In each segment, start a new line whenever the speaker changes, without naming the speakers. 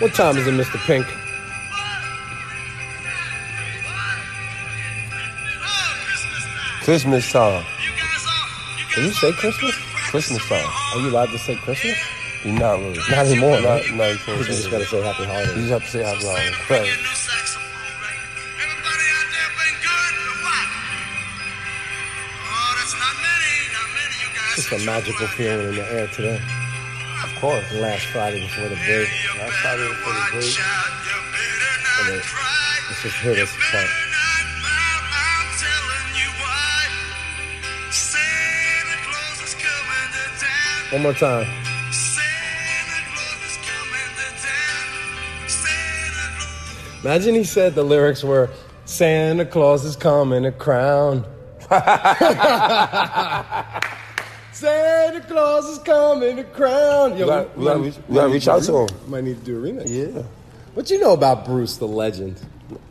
What time is it, Mr. Pink?
Christmas time.
Can you say Christmas?
Christmas time.
Are you allowed to say Christmas?
You're not really.
Not anymore,
Not,
right?
no, you can't
Because you just
say
gotta say Happy
that. You
Holidays.
just have to say happy holidays. But
Oh, Just a magical feeling in the air today.
of course,
The last Friday before the break.
Last Friday before the break.
And it, it's just hit us apart. One more time. Imagine he said the lyrics were Santa Claus is coming a crown. Santa Claus is coming to crown. Yo,
We gotta- we gotta reach- we gotta reach out to him.
Might need to do a remix.
yeah,
What you know about Bruce the legend?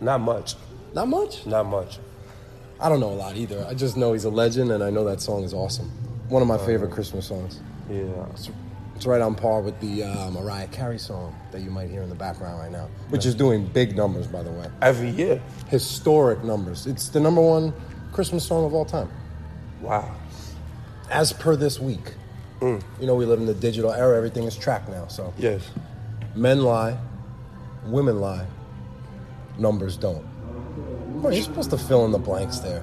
not much,
Not much.
not much.
I don't know a lot either. I just know he's a legend, and I know that song is awesome. One of
Uh,
my favorite Christmas songs.
Yeah,
It's, it's right on par with the uh, Mariah Carey song that you might hear in the background right now, which is doing big numbers, by the way.
every year.
Historic numbers. It's the number one Christmas song of all time,
Wow.
as per this week. You know, we live in the digital era. Everything is tracked now. So
Yes.
men lie, women lie, numbers don't. Boy, you're supposed to fill in the blanks there.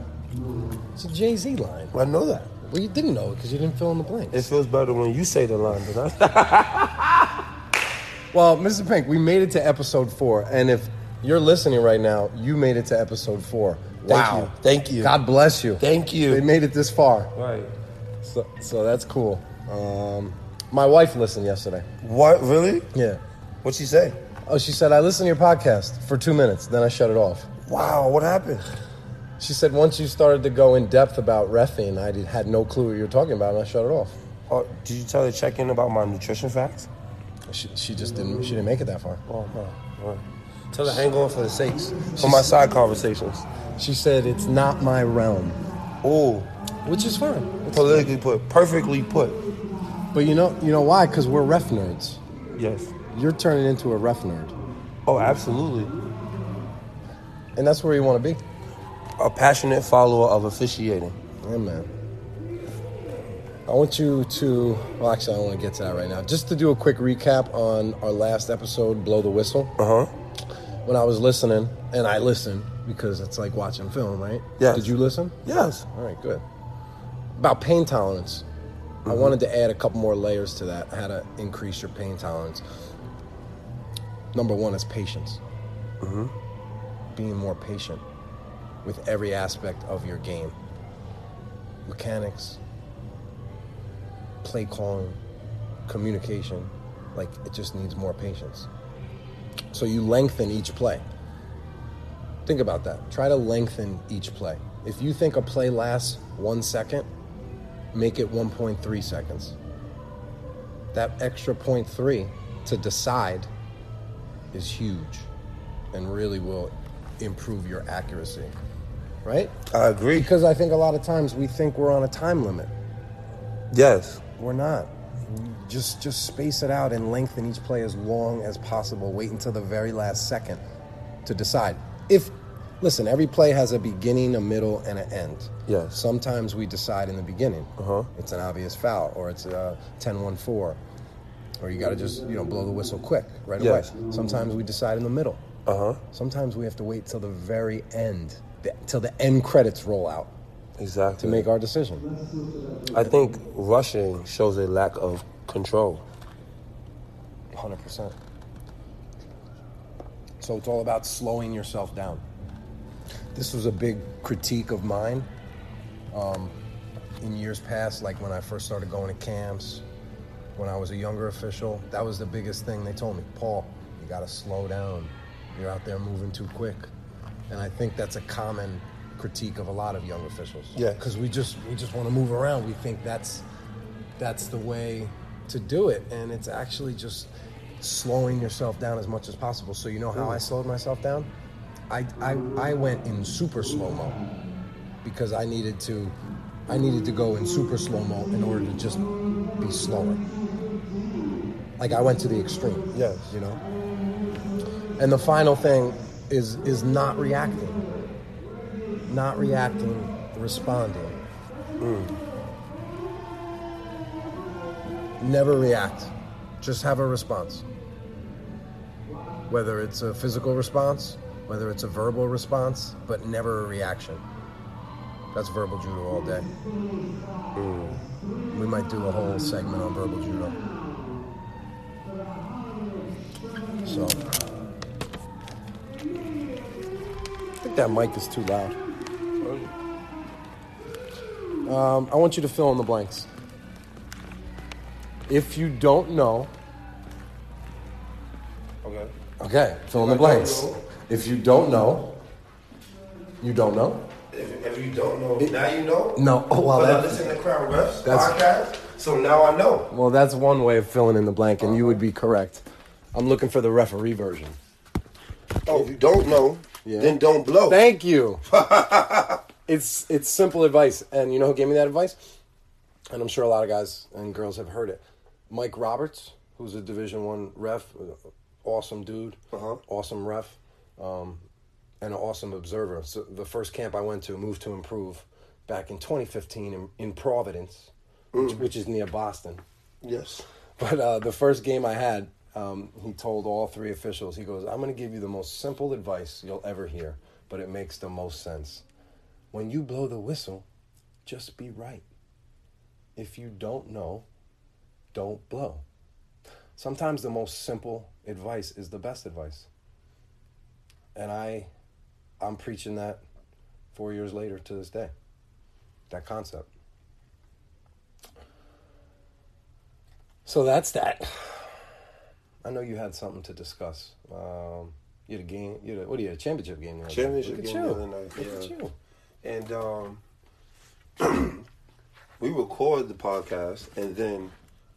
It's a Jay Z line.
I know that.
Well, you didn't know it because you didn't fill in the blanks.
It feels better when you say the line than I.
Well, Mr. Pink, we made it to episode four, and if you're listening right now, you made it to episode four. Wow!
you. Thank you.
God bless you.
Thank you.
They made it this far,
right.
so so that's cool. Um, my wife listened yesterday.
What really?
Yeah.
What'd she say?
Oh, she said I listened to your podcast for two minutes, then I shut it off.
Wow. What happened?
She said once you started to go in depth about refing, I did, had no clue what you were talking about, and I shut it off.
Oh, did you tell her to check in about my nutrition facts?
She, she just didn't. She didn't make it that far.
Oh, no. All right. Tell her hang on for the sakes for my side conversations.
She said it's not my realm,
Oh,
which is fine.
politically put, perfectly put.
But you know, you know why? Because we're ref nerds.
Yes.
You're turning into a ref nerd.
Oh, absolutely.
And that's where you want to be.
A passionate follower of officiating.
Yeah, man. I want you to, well, actually, I don't want to get to that right now. Just to do a quick recap on our last episode, Blow the Whistle.
Uh huh.
When I was listening, and I listened because it's like watching film, right?
Yes.
Did you listen?
Yes.
All right, good. About pain tolerance. I wanted to add a couple more layers to that, how to increase your pain tolerance. Number one is patience. Being more patient with every aspect of your game mechanics, play calling, communication. Like, it just needs more patience. So you lengthen each play. Think about that. Try to lengthen each play. If you think a play lasts one second, make it 1.3 seconds. That extra 0.3 to decide is huge and really will improve your accuracy, right?
I agree.
Because I think a lot of times we think we're on a time limit.
Yes.
We're not. Just just space it out and lengthen each play as long as possible. Wait until the very last second to decide. If listen, every play has a beginning, a middle, and an end.
Yes.
Sometimes we decide in the beginning.
Uh-huh.
It's an obvious foul, or it's a 10-1-4, or you got to just you know blow the whistle quick right
Yes.
away. Sometimes we decide in the middle.
Uh huh.
Sometimes we have to wait till the very end, the, till the end credits roll out to
Exactly.
make our decision.
I think rushing shows a lack of control.
Hundred percent. So it's all about slowing yourself down. This was a big critique of mine um, in years past, like when I first started going to camps, when I was a younger official. That was the biggest thing they told me, Paul. You got to slow down. You're out there moving too quick, and I think that's a common critique of a lot of young officials.
Yeah.
because we just we just want to move around. We think that's that's the way to do it. And it's actually just slowing yourself down as much as possible. So you know how I slowed myself down? I, I, I went in super slow mo because I needed to I needed to go in super slow mo in order to just be slower. Like I went to the extreme.
Yes.
You know? And the final thing is is not reacting. Not reacting, responding. Mm. Never react. Just have a response. Whether it's a physical response, whether it's a verbal response, but never a reaction. That's verbal judo all day. Mm. We might do a whole segment on verbal judo. So,
I think that mic is too loud.
um, I want you to fill in the blanks. If you don't know,
Okay.
okay, fill in the blanks. If you don't know, you don't know.
If, if you don't know, now you know.
No, oh, well,
But I
that-
listen to Crown Refs
that's-
podcast, so now I know.
Well, that's one way of filling in the blank, and you would be correct. I'm looking for the referee version.
Oh, if you don't know,
Yeah.
then don't blow.
Thank you. it's it's simple advice, and you know who gave me that advice? And I'm sure a lot of guys and girls have heard it. Mike Roberts, who's a Division One ref, awesome dude,
Uh-huh.
awesome ref, um, and an awesome observer. So the first camp I went to, Move to Improve, back in 2015 in, in Providence, which, which is near Boston.
yes.
But uh, the first game I had, um, he told all three officials, he goes, I'm going to give you the most simple advice you'll ever hear, but it makes the most sense. When you blow the whistle, just be right. If you don't know, don't blow. Sometimes the most simple advice is the best advice. And I, I'm preaching that four years later to this day, that concept. So that's that. I know you had something to discuss. Um, you had a game. You had a, what do you? had A championship game. The other
Championship
night.
game
Look at
the
you.
other night.
Look at
yeah.
you.
And um, we record the podcast, and then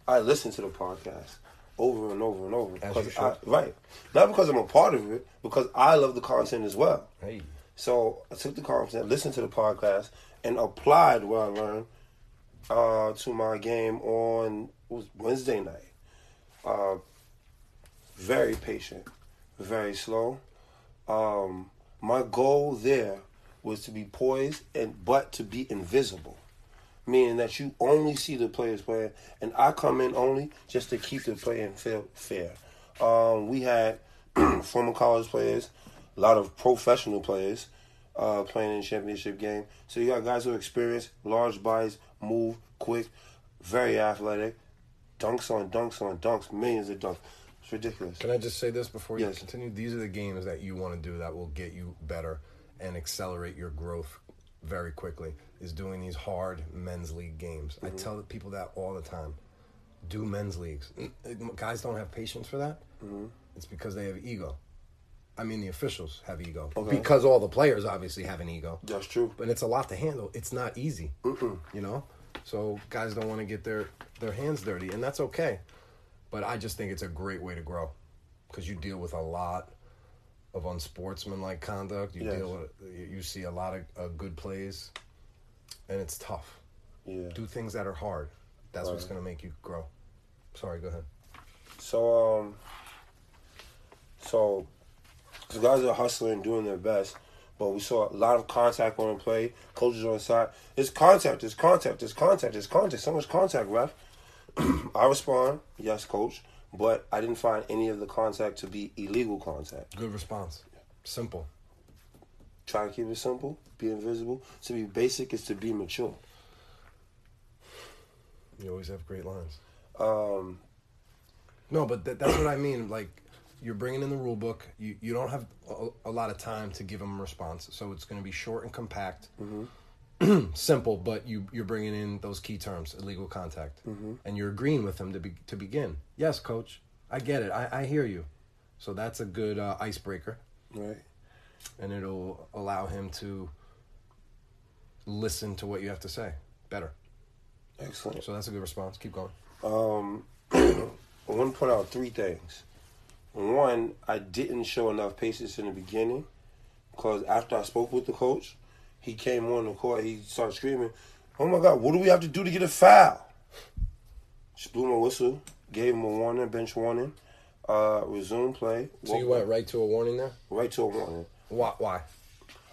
I listen to the podcast over and over and over.
As
because
you
I-
should.
right. Not because I'm a part of it, because I love the content as well.
Hey.
So I took the content, listened to the podcast, and applied what I learned uh, to my game on it was Wednesday night. Uh, very patient, very slow. Um, my goal there was to be poised and but to be invisible, meaning that you only see the players playing, and I come in only just to keep the playing fair. fair. Um, we had former college players, a lot of professional players uh, playing in the championship game. So you got guys who are experienced, large bodies, move quick, very athletic, dunks on dunks on dunks, millions of dunks. It's ridiculous.
Can I just say this before you
Yes.
continue? These are the games that you want to do that will get you better and accelerate your growth very quickly. Is doing these hard men's league games. I tell the people that all the time. Do men's leagues. Guys don't have patience for that. It's because they have ego. I mean, the officials have ego because all the players obviously have an ego.
That's true.
and it's a lot to handle. It's not easy, you know. So guys don't want to get their their hands dirty, and that's okay. But I just think it's a great way to grow because you deal with a lot of unsportsmanlike conduct. You
Yes.
deal with you- you see a lot of uh, good plays, and it's tough.
Yeah.
Do things that are hard. That's what's going to make you grow. Sorry, go ahead.
So um, so the guys are hustling, doing their best, but we saw a lot of contact on the play. Coaches on the side. It's contact. It's contact. It's contact. It's contact. So much contact, ref. I respond, yes, coach, but I didn't find any of the contact to be illegal contact.
Good response. Simple.
Try to keep it simple. Be invisible. To be basic is to be mature.
You always have great lines.
Um,
No, but that, that's what I mean. Like, you're bringing in the rule book. You you don't have a, a lot of time to give them a response, so it's going to be short and compact, simple. But you you're bringing in those key terms: illegal contact, and you're agreeing with them to be to begin. Yes, coach, I get it. I, I hear you. So that's a good uh, icebreaker,
right.
and it'll allow him to listen to what you have to say better.
Excellent.
So that's a good response. Keep going.
um, I want to point out three things. One, I didn't show enough patience in the beginning because after I spoke with the coach, he came on the court. He started screaming, "Oh my God! What do we have to do to get a foul?" Just blew my whistle, gave him a warning, bench warning. Uh, resume play.
So you went right to a warning there.
right to a warning.
Why? Why?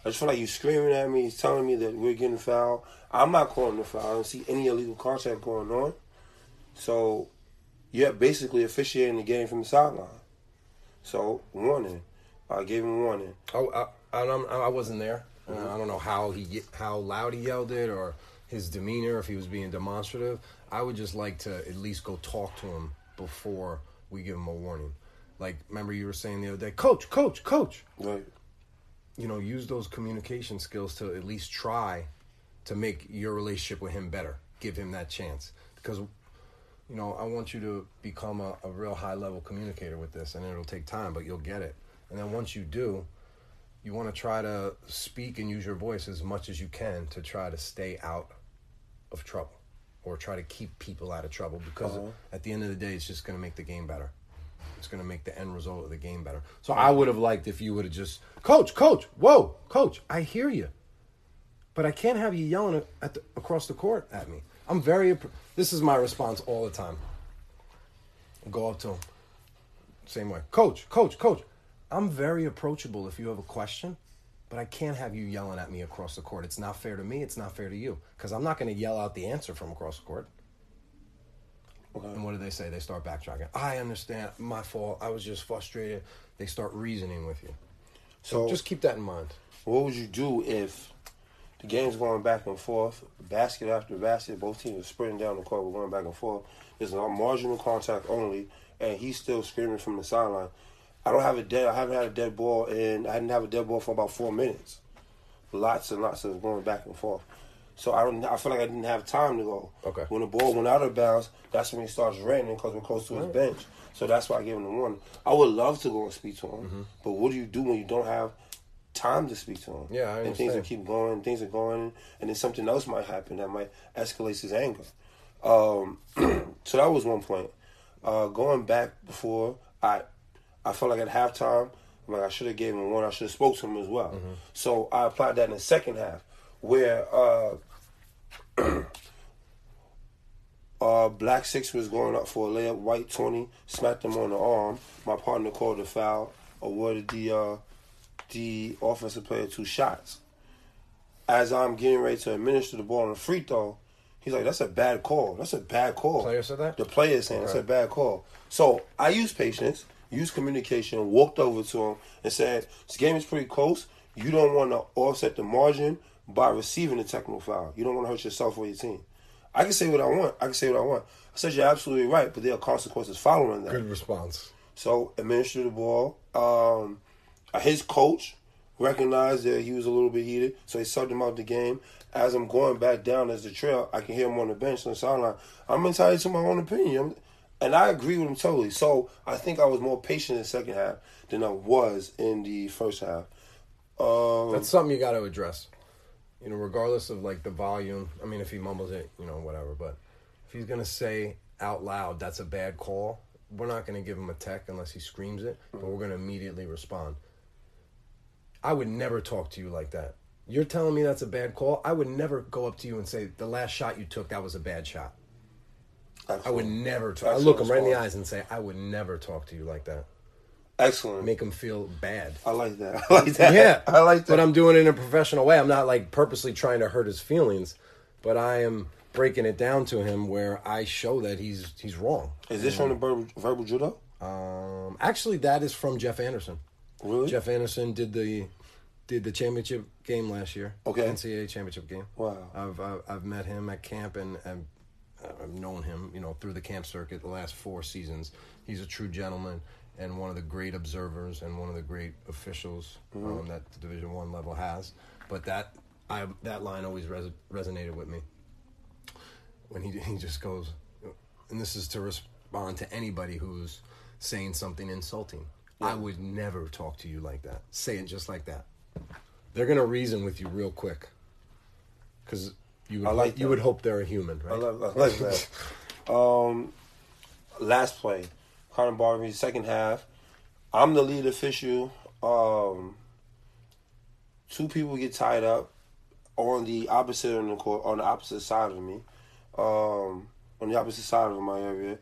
I just feel like you screaming at me, telling me that we're getting fouled. I'm not calling the foul. I don't see any illegal contact going on. So you're basically officiating the game from the sideline. So warning. I gave him warning.
Oh, I, I, don't- I wasn't there. Uh, I don't know how he ye- how loud he yelled it or his demeanor if he was being demonstrative. I would just like to at least go talk to him before we give him a warning. Like remember you were saying the other day, coach, coach, coach.
Right.
You know, use those communication skills to at least try to make your relationship with him better. Give him that chance because you know I want you to become a, a real high level communicator with this, and it'll take time, but you'll get it. And then once you do, you want to try to speak and use your voice as much as you can to try to stay out of trouble or try to keep people out of trouble because at the end of the day it's just going to make the game better it's going to make the end result of the game better so i would have liked if you would have just coach coach whoa coach i hear you but i can't have you yelling at the, across the court at me i'm very appr- this is my response all the time go up to him same way. Coach, coach, coach. I'm very approachable if you have a question, but I can't have you yelling at me across the court. It's not fair to me. It's not fair to you because I'm not going to yell out the answer from across the court. And what do they say? They start backtracking. I understand. My fault. I was just frustrated. They start reasoning with you.
So
Just keep that in mind.
What would you do if the game's going back and forth, basket after basket, both teams are sprinting down the court, we're going back and forth. There's a marginal contact only, and he's still screaming from the sideline. I don't have a dead. I haven't had a dead ball, and I didn't have a dead ball for about four minutes. Lots and lots of going back and forth. So I don't. I feel like I didn't have time to go.
Okay.
When the ball went out of bounds, that's when he starts ranting because we're close to his bench. So that's why I gave him the warning. I would love to go and speak to him, but what do you do when you don't have time to speak to him?
Yeah, I
and things will
understand.
keep going, things are going, and then something else might happen that might escalate his anger. Um, so that was one point. Uh, going back before, I I felt like at halftime, I'm like I should have gave him one. I should have spoke to him as well.
Mm-hmm.
So I applied that in the second half, where uh, uh, black six was going up for a layup. White twenty smacked him on the arm. My partner called the foul, awarded the uh, the offensive player two shots as I'm getting ready to administer the ball on the free throw, he's like, "That's a bad call. That's a bad call."
Player said that?
The player saying that's a bad call. So I used patience, used communication, walked over to him and said, "This game is pretty close. You don't want to offset the margin by receiving a technical foul. You don't want to hurt yourself or your team." I can say what I want. I can say what I want. I said you're absolutely right, but there are consequences following that.
Good response.
So administer the ball. Um, his coach recognized that he was a little bit heated, so he subbed him out the game. As I'm going back down as the trail, I can hear him on the bench on the sideline. I'm entitled to my own opinion, and I agree with him totally. So I think I was more patient in the second half than I was in the first half. Um,
That's something you got to address. You know, regardless of like the volume. I mean, if he mumbles it, you know, whatever. But if he's gonna say out loud, "That's a bad call," we're not gonna give him a tech unless he screams it. But we're gonna immediately respond. I would never talk to you like that. You're telling me that's a bad call. I would never go up to you and say the last shot you took that was a bad shot. I would never. Talk. I look him right in the eyes and say I would never talk to you like that.
Excellent.
Make him feel bad.
I like that. I like that.
Yeah,
I like that.
But I'm doing it in a professional way. I'm not like purposely trying to hurt his feelings, but I am breaking it down to him where I show that he's he's wrong.
Is this from the verbal, verbal judo?
Um, actually, that is from Jeff Anderson.
Really?
Jeff Anderson did the did the championship game last year.
Okay.
NCAA championship game.
Wow.
I've I've, I've met him at camp and, and I've known him, you know, through the camp circuit the last four seasons. He's a true gentleman and one of the great observers and one of the great officials
Mm-hmm.
um, that the Division One level has. But that I that line always res- resonated with me when he he just goes, and this is to respond to anybody who's saying something insulting. I would never talk to you like that. Say it just like that. They're gonna reason with you real quick, because you would
I like
you
that.
would hope they're a human, right?
I love, I love that. um, last play, Connor Barbary, second half. I'm the lead official. Um, two people get tied up on the opposite end of the court, on the opposite side of me, um, on the opposite side of my area,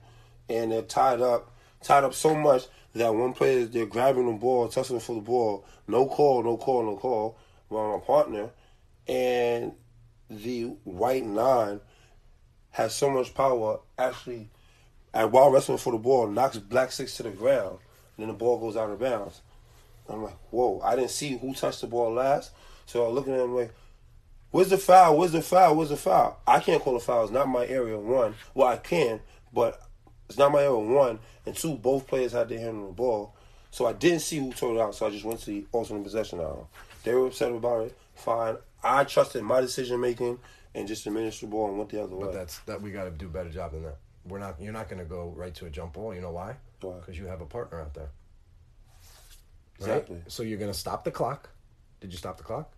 and they're tied up tied up so much that one player they're grabbing the ball, tussling for the ball, no call, no call, no call. Well, my partner, and the white nine has so much power. Actually, at while wrestling for the ball, knocks black six to the ground, and then the ball goes out of bounds. I'm like, whoa! I didn't see who touched the ball last, so I'm looking at him like. Where's the foul? Where's the foul? Where's the foul? I can't call a foul. It's not my area one. Well, I can, but it's not my area one. And two, both players had their hand on the ball. So I didn't see who told it out. So I just went to the ultimate possession hour. They were upset about it. Fine. I trusted my decision making and just diminished the ball and went the other
But
way.
that's that we got to do a better job than that. We're not. You're not going to go right to a jump ball. You know why?
Why?
Because you have a partner out there. Right?
exactly.
So you're going to stop the clock. Did you stop the clock?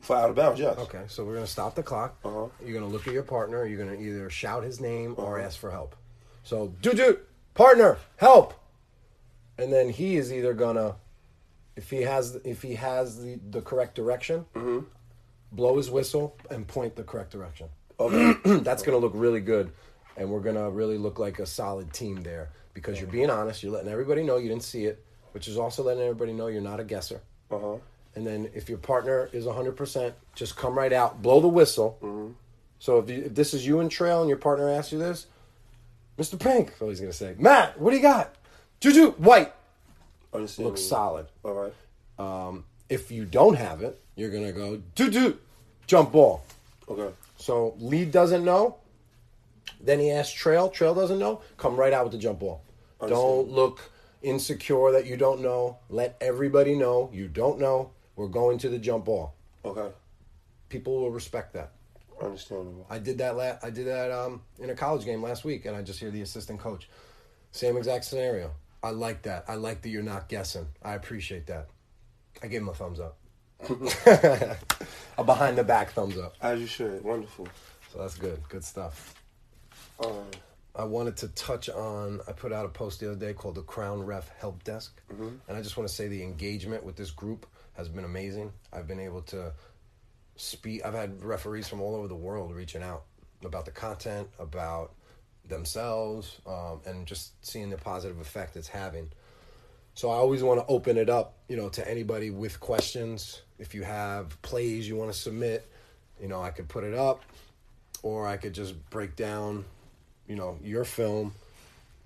For out of bounds, yes.
Okay. So we're going to stop the clock.
Uh-huh.
You're going to look at your partner. You're going to either shout his name or ask for help. So, dude, dude, partner, help! And then he is either going to, if he has, if he has the, the correct direction, blow his whistle and point the correct direction. that's going to look really good, and we're going to really look like a solid team there because you're being honest. You're letting everybody know you didn't see it, which is also letting everybody know you're not a guesser.
Uh-huh.
And then if your partner is 100%, just come right out, blow the whistle. So if, you, if this is you and Trail and your partner asks you this, Mr. Pink, oh, he's going to say, Matt, what do you got? Juju, white,
Understand.
looks solid.
All right.
Um, if you don't have it, you're going to go, Juju, jump ball.
Okay.
So lead doesn't know. Then he asks Trail. Trail doesn't know. Come right out with the jump ball. Don't look insecure that you don't know. Let everybody know you don't know. We're going to the jump ball.
Okay.
People will respect that.
Understandable.
I did that. La- I did that um, in a college game last week, and I just hear the assistant coach. Same exact scenario. I like that. I like that you're not guessing. I appreciate that. I gave him a thumbs up. a behind the back thumbs up.
As you should. Wonderful.
So that's good. Good stuff.
Um,
I wanted to touch on. I put out a post the other day called the Crown Ref Help Desk, and I just want to say the engagement with this group has been amazing. I've been able to speak. I've had referees from all over the world reaching out about the content, about themselves, um, and just seeing the positive effect it's having. So I always want to open it up, you know, to anybody with questions. If you have plays you want to submit, you know, I could put it up, or I could just break down, you know, your film,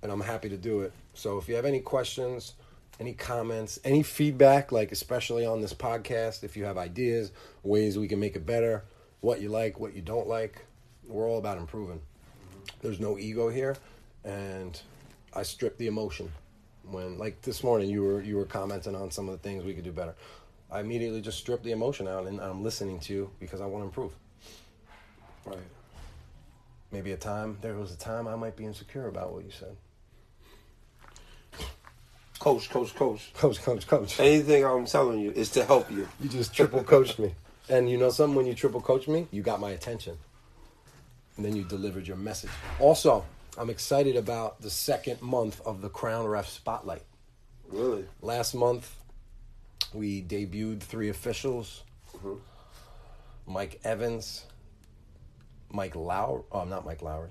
and I'm happy to do it. So if you have any questions, any comments, any feedback, like especially on this podcast, if you have ideas, ways we can make it better, what you like, what you don't like, we're all about improving. There's no ego here, and I strip the emotion when like this morning you were you were commenting on some of the things we could do better i immediately just strip the emotion out and i'm listening to you because i want to improve
right.
maybe a time there was a time i might be insecure about what you said
Coach, coach, coach.
coach coach coach
Anything I'm telling you is to help you.
you just triple coached me and you know something when you triple coached me you got my attention and then you delivered your message also i'm excited about the second month of the crown ref spotlight
Really.
last month we debuted three officials mike evans mike lowry oh not mike lowry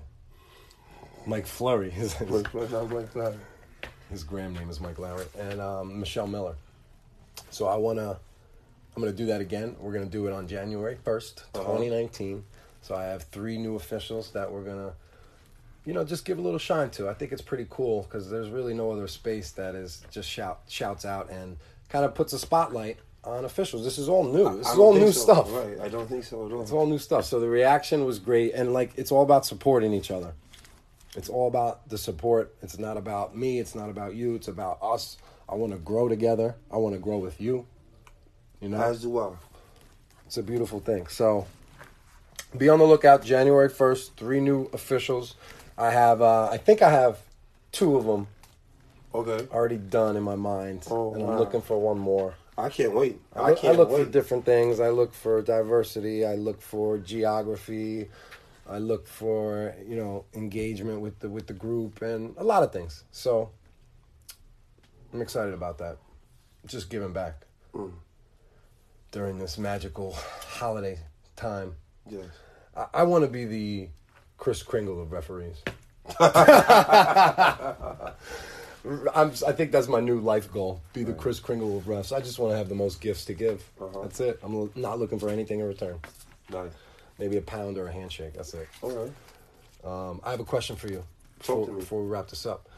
mike flurry his, his,
Like, like, like that.
his gram name is mike lowry and um, michelle miller so i want to i'm going to do that again we're going to do it on january 1st
Uh-huh.
2019 so i have three new officials that we're going to you know just give a little shine to i think it's pretty cool because there's really no other space that is just shout shouts out and kind of puts a spotlight on officials this is all new this
I
is
don't
all
think
new
so.
stuff
Right. I don't think so at all.
it's all new stuff so the reaction was great and like it's all about supporting each other it's all about the support it's not about me it's not about you it's about us i want to grow together i want to grow with you you know
As do I.
it's a beautiful thing. So be on the lookout January 1st, three new officials. I have uh, I think I have two of them
Okay.
already done in my mind
Oh,
and I'm
wow.
looking for one more.
I can't wait.
I,
I
look- I
can't
look
wait.
for different things. I look for diversity, I look for geography. I look for, you know, engagement with the with the group and a lot of things. So I'm excited about that. Just giving back
Mm.
during this magical holiday time.
Yes.
I, I want to be the Chris Kringle of referees. I'm, I think that's my new life goal: be the Chris Kringle of refs. I just want to have the most gifts to give.
Uh-huh.
That's it. I'm l- not looking for anything in return.
Nice.
Maybe a pound or a handshake. That's it.
All right.
Um, I have a question for you
Talk
before,
to me.
before we wrap this up.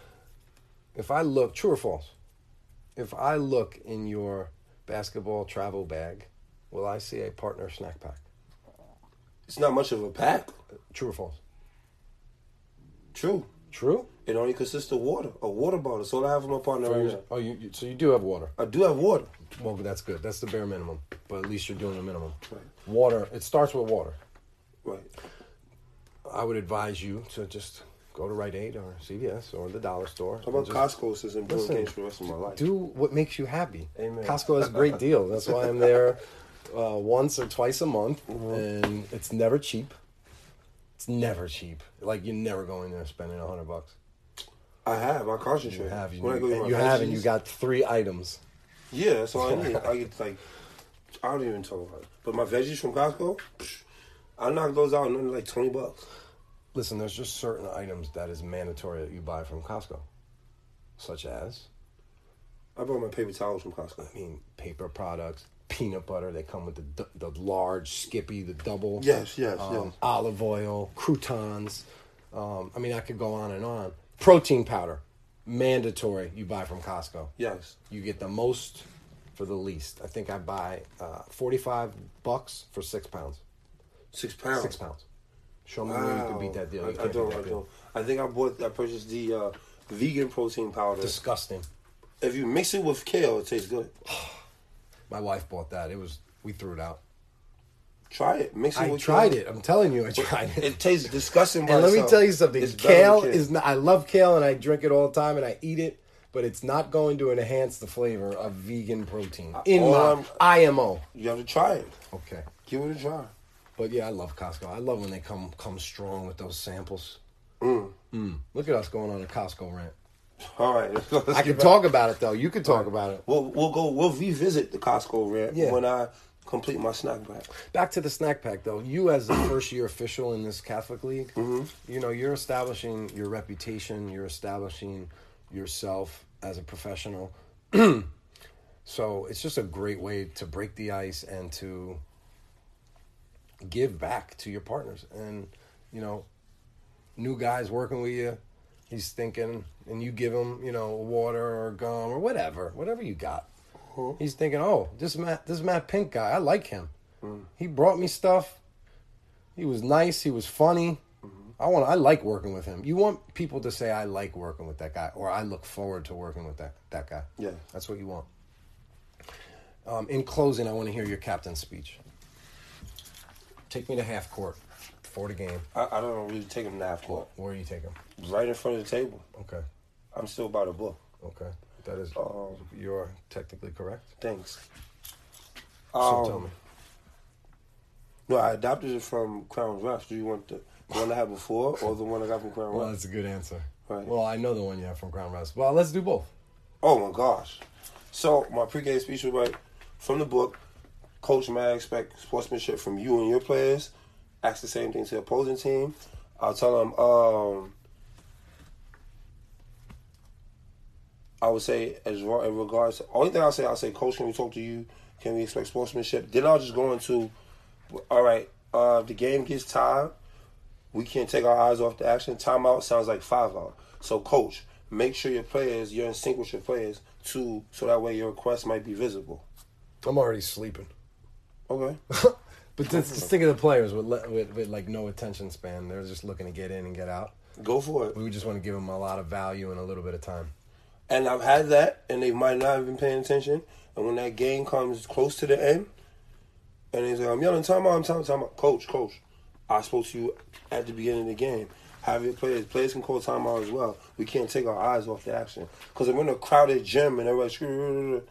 If I look, true or false, if I look in your basketball travel bag, will I see a partner snack pack? Uh,
It's not much of a pack.
True or false?
True.
True.
It only consists of water. A water bottle. That's all I have for my partner right now.
Oh, you, you, so you do have water.
I do have water.
Well, that's good. That's the bare minimum. But at least you're doing the minimum.
Right.
Water. It starts with water.
Right.
I would advise you to just go to Rite Aid or CVS or the dollar store.
How about
and just
Costco since I'm doing
Listen,
games for the rest of my life?
Do what makes you happy.
Amen.
Costco has a great deal. That's why I'm there uh, once or twice a month,
Mm-hmm.
and it's never cheap. It's never cheap. Like you're never going there spending a hundred bucks.
I have. I concentrate.
You have you,
When I go get my
you have, and
veggies-
you got three items.
Yeah, that's all I need. I get like, I don't even talk about it. But my veggies from Costco, psh, I knock those out in under like twenty bucks.
Listen, there's just certain items that is mandatory that you buy from Costco, such as
I bought my paper towels from Costco.
I mean, paper products, peanut butter. They come with the du- the large Skippy, the double.
Yes, yes,
um,
yes.
Olive oil, croutons. Um, I mean, I could go on and on. Protein powder, mandatory. You buy from Costco.
Yes.
You get the most for the least. I think I buy uh, forty five bucks for six pounds.
Six pounds.
Six pounds. Show me where you can beat that deal. You
I, I
can't beat
don't.
that
I
deal.
don't. I think I bought. I purchased the uh, vegan protein powder.
Disgusting.
If you mix it with kale, it tastes good.
My wife bought that. It was we threw it out.
Try it. Mix it
I
with
tried
kale.
it. I'm telling you, I tried it.
It tastes disgusting. By
And let me
itself.
tell you something.
It's better
kale
than
is not. I love kale and I drink it all the time and I eat it, but it's not going to enhance the flavor of vegan protein in
Uh, all
my
I'm-
IMO.
You have to try it.
Okay,
Give it a try.
but yeah, I love Costco. I love when they come come strong with those samples. Mm. Look at us going on a Costco rant.
All right. let's go- let's
I can
get back-
talk about it though. You can talk about it.
We'll we'll go. We'll revisit the Costco rant
Yeah.
when I complete my snack pack.
Back to the snack pack though. You as the first year official in this Catholic league, you know you're establishing your reputation. You're establishing yourself as a professional. so it's just a great way to break the ice and to give back to your partners. And you know, new guys working with you, he's thinking, and you give him you know water or gum or whatever, whatever you got. He's thinking, oh, this Matt, this Matt Pink guy, I like him. He brought me stuff. He was nice. He was funny. I want. I like working with him. You want people to say I like working with that guy, or I look forward to working with that that guy.
Yeah.
that's what you want. Um, in closing, I want to hear your captain's speech. Take me to half court before the game.
I, I don't really take them nap court.
Where do you take him?
Right in front of the table.
Okay,
I'm still by the book.
okay, that is
Um,
you're technically correct.
Thanks.
So
Um,
tell me.
No, I adopted it from Crown Rush. Do you want the, the one I had before or the one I got from Crown
Well,
Rush?
that's a good answer.
Right.
Well, I know the one you have from Crown Rest. Well, let's do both.
Oh my gosh. So my pregame speech was like from the book, Coach May I expect sportsmanship from you and your players. Ask the same thing to the opposing team. I'll tell them, um, I would say as well in regards to only thing I'll say, I'll say, Coach, can we talk to you? Can we expect sportsmanship? Then I'll just go into all right, uh the game gets tied. We can't take our eyes off the action. Timeout sounds like five out. So, coach, make sure your players, you're in sync with your players, too, so that way your request might be visible.
I'm already sleeping.
Okay.
But just, just think of the players with, le- with with like no attention span. They're just looking to get in and get out.
Go for it.
We just want to give them a lot of value and a little bit of time.
And I've had that, and they might not have been paying attention. And when that game comes close to the end, and they say, I'm yelling, timeout, I'm timeout, timeout. Coach, coach, I spoke to you at the beginning of the game. Have your players. Players can call timeout as well. We can't take our eyes off the action. Because if we're in a crowded gym and everybody's screaming,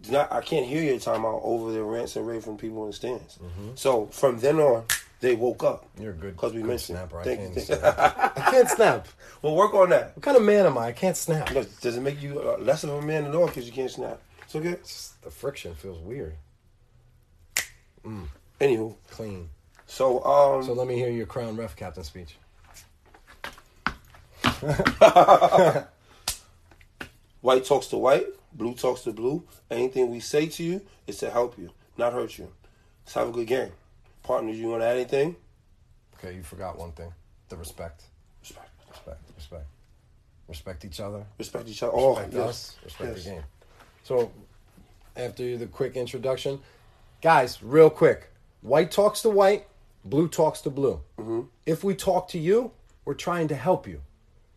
it's not, I can't hear your timeout over the rants and rave from people in the stands. So from then on, they woke up.
Mm-hmm. You're a good
Because we
good
mentioned it.
snapper. I
Thank
can't,
you.
snap. I can't snap.
Well, work on that.
What kind of man am I? I can't snap. It's
Look, does it make you uh, less of a man at all because you can't snap? It's okay.
just the friction feels weird.
Anywho,
Clean.
so um,
So let me hear your crown ref captain speech.
White talks to white, blue talks to blue. Anything we say to you is to help you, not hurt you. Let's have a good game. Partners, you want to add anything?
Okay, you forgot one thing: the respect,
Respect.
respect, respect, respect each other,
Respect each other. Oh,
respect
yes.
us, respect
Yes.
the game. So, after the quick introduction, guys, real quick: white talks to white, blue talks to blue.
Mm-hmm.
If we talk to you, we're trying to help you.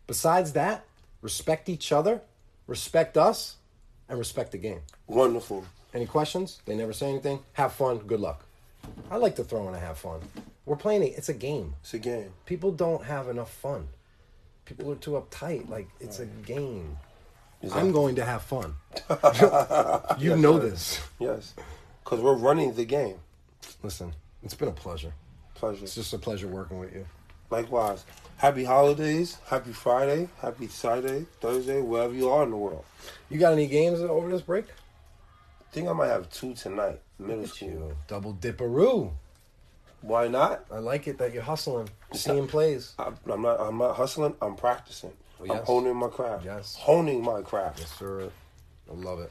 Besides that, respect each other, respect us, and respect the game.
Wonderful.
Any questions? They never say anything. Have fun. Good luck. I like to throw in a have fun. We're playing it. It's a game.
It's a game.
People don't have enough fun. People are too uptight. Like it's a game. I'm going to have fun. you know this.
Yes. Because we're running the game.
Listen, it's been a pleasure.
Pleasure.
It's just a pleasure working with you.
Likewise. Happy holidays. Happy Friday. Happy Saturday, Thursday, wherever you are in the world.
You got any games over this break?
I think I might have two tonight. Middle
Look at
school.
you. Double dipperoo.
Why not?
I like it that you're hustling, seeing plays.
I'm I'm not. I'm not hustling. I'm practicing. I'm
Oh, yes.
honing my craft.
Yes.
Honing my craft.
Yes, sir. I love it.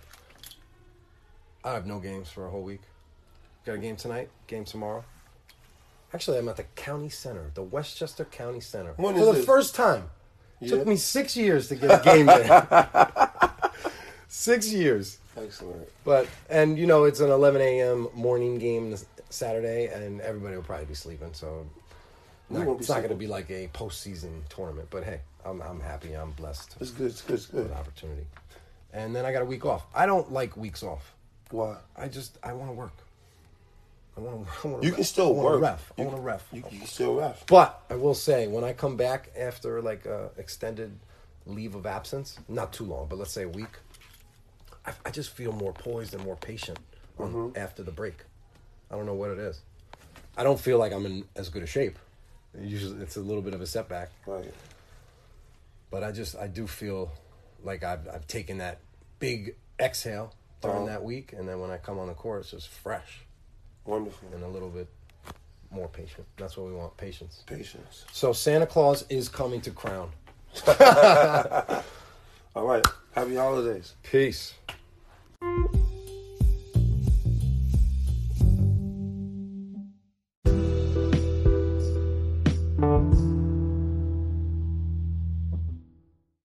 I have no games for a whole week. Got a game tonight, game tomorrow. Actually, I'm at the county center, the Westchester County Center.
When
for
is
the
this?
first time.
Yeah.
Took me six years to get a game in. six years.
Excellent.
But, and you know, it's an 11 a.m. morning game this Saturday, and everybody will probably be sleeping, so
We
not-
won't be
it's not going to
sleeping.
be like a postseason tournament. But hey, I'm, I'm happy. I'm blessed
It's good. It's good. It's good.
an opportunity. And then I got a week off. I don't like weeks off.
Why?
I just I want to work. I want to. I want to.
You can still
I wanna
work.
Ref. I
You-
want to ref.
You, you can still ref.
But I will say, when I come back after like a extended leave of absence, not too long, but let's say a week, I, I just feel more poised and more patient on-
Mm-hmm.
after the break. I don't know what it is. I don't feel like I'm in as good a shape. Usually, it's a little bit of a setback
Right.
but I just I do feel like I've I've taken that big exhale during
Oh.
that week, and then when I come on the court, it's just fresh
Wonderful.
and a little bit more patient. That's what we want, patience.
Patience.
So Santa Claus is coming to Crown.
All right. Happy holidays.
Peace.